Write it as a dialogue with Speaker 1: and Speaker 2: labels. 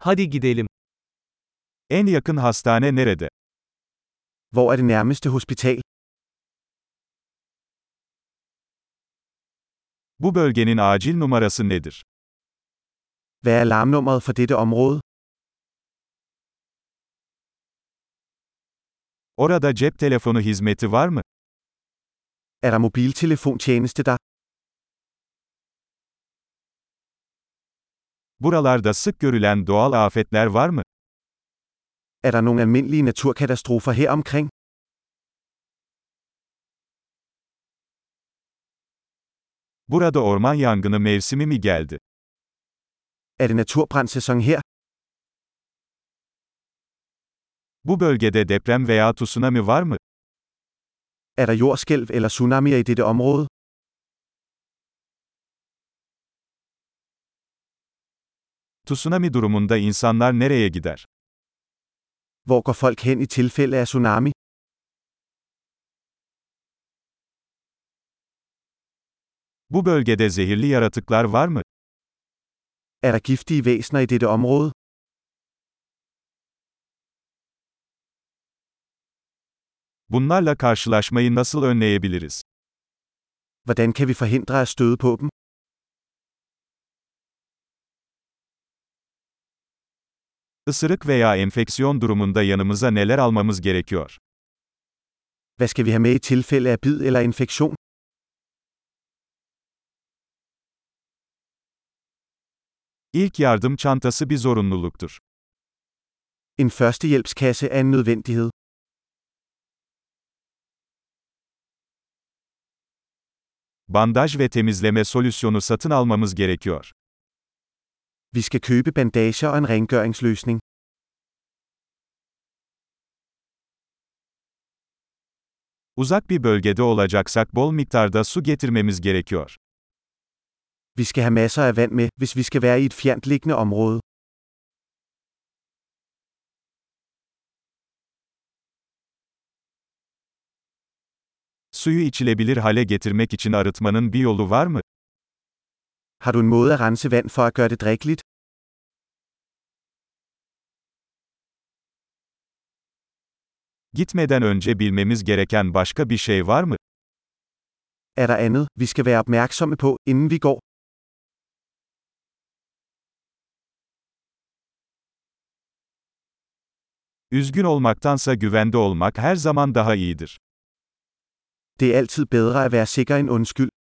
Speaker 1: Hadi gidelim. En yakın hastane nerede?
Speaker 2: Hvor er det nærmeste hospital?
Speaker 1: Bu bölgenin acil numarası nedir?
Speaker 2: Hvad er alarmnummeret for dette område?
Speaker 1: Orada cep telefonu hizmeti var mı?
Speaker 2: Er der mobiltelefontjeneste der?
Speaker 1: Buralarda sık görülen doğal afetler var mı?
Speaker 2: Er der nogle almindelige naturkatastrofer her omkring?
Speaker 1: Burada orman yangını mevsimi mi geldi?
Speaker 2: Er det naturbrandsæson her?
Speaker 1: Bu bölgede deprem veya tsunami var mı?
Speaker 2: Er der jordskælv eller tsunamier i dette område?
Speaker 1: Tsunami durumunda insanlar nereye gider?
Speaker 2: Hvor går folk hen i tilfælde af tsunami?
Speaker 1: Bu bölgede zehirli yaratıklar var mı?
Speaker 2: Er der giftige væsener i dette område?
Speaker 1: Bunlarla karşılaşmayı nasıl önleyebiliriz?
Speaker 2: Hvordan kan vi forhindre at støde på dem?
Speaker 1: Isırık veya enfeksiyon durumunda yanımıza neler almamız gerekiyor?
Speaker 2: Hvad skal vi have med i tilfælde af bid eller infektion?
Speaker 1: İlk yardım çantası bir zorunluluktur.
Speaker 2: En førstehjælpskasse er en nødvendighed.
Speaker 1: Bandaj ve temizleme solüsyonu satın almamız gerekiyor.
Speaker 2: Vi skal købe bandager og en rengøringsløsning.
Speaker 1: Uzak bir bölgede olacaksak bol miktarda su getirmemiz gerekiyor.
Speaker 2: Vi skal have masser af vand med, hvis vi skal være i et fjerntliggende område.
Speaker 1: Suyu içilebilir hale getirmek için arıtmanın bir yolu var mı?
Speaker 2: Har du en måde at rense vand for at gøre det drikkeligt?
Speaker 1: Gitmeden önce bilmemiz gereken başka bir şey var mı?
Speaker 2: Er der andet, vi skal være opmærksomme på, inden vi går?
Speaker 1: Üzgün olmaktansa güvende olmak her zaman daha iyidir.
Speaker 2: Det er altid bedre at være sikker end undskyld.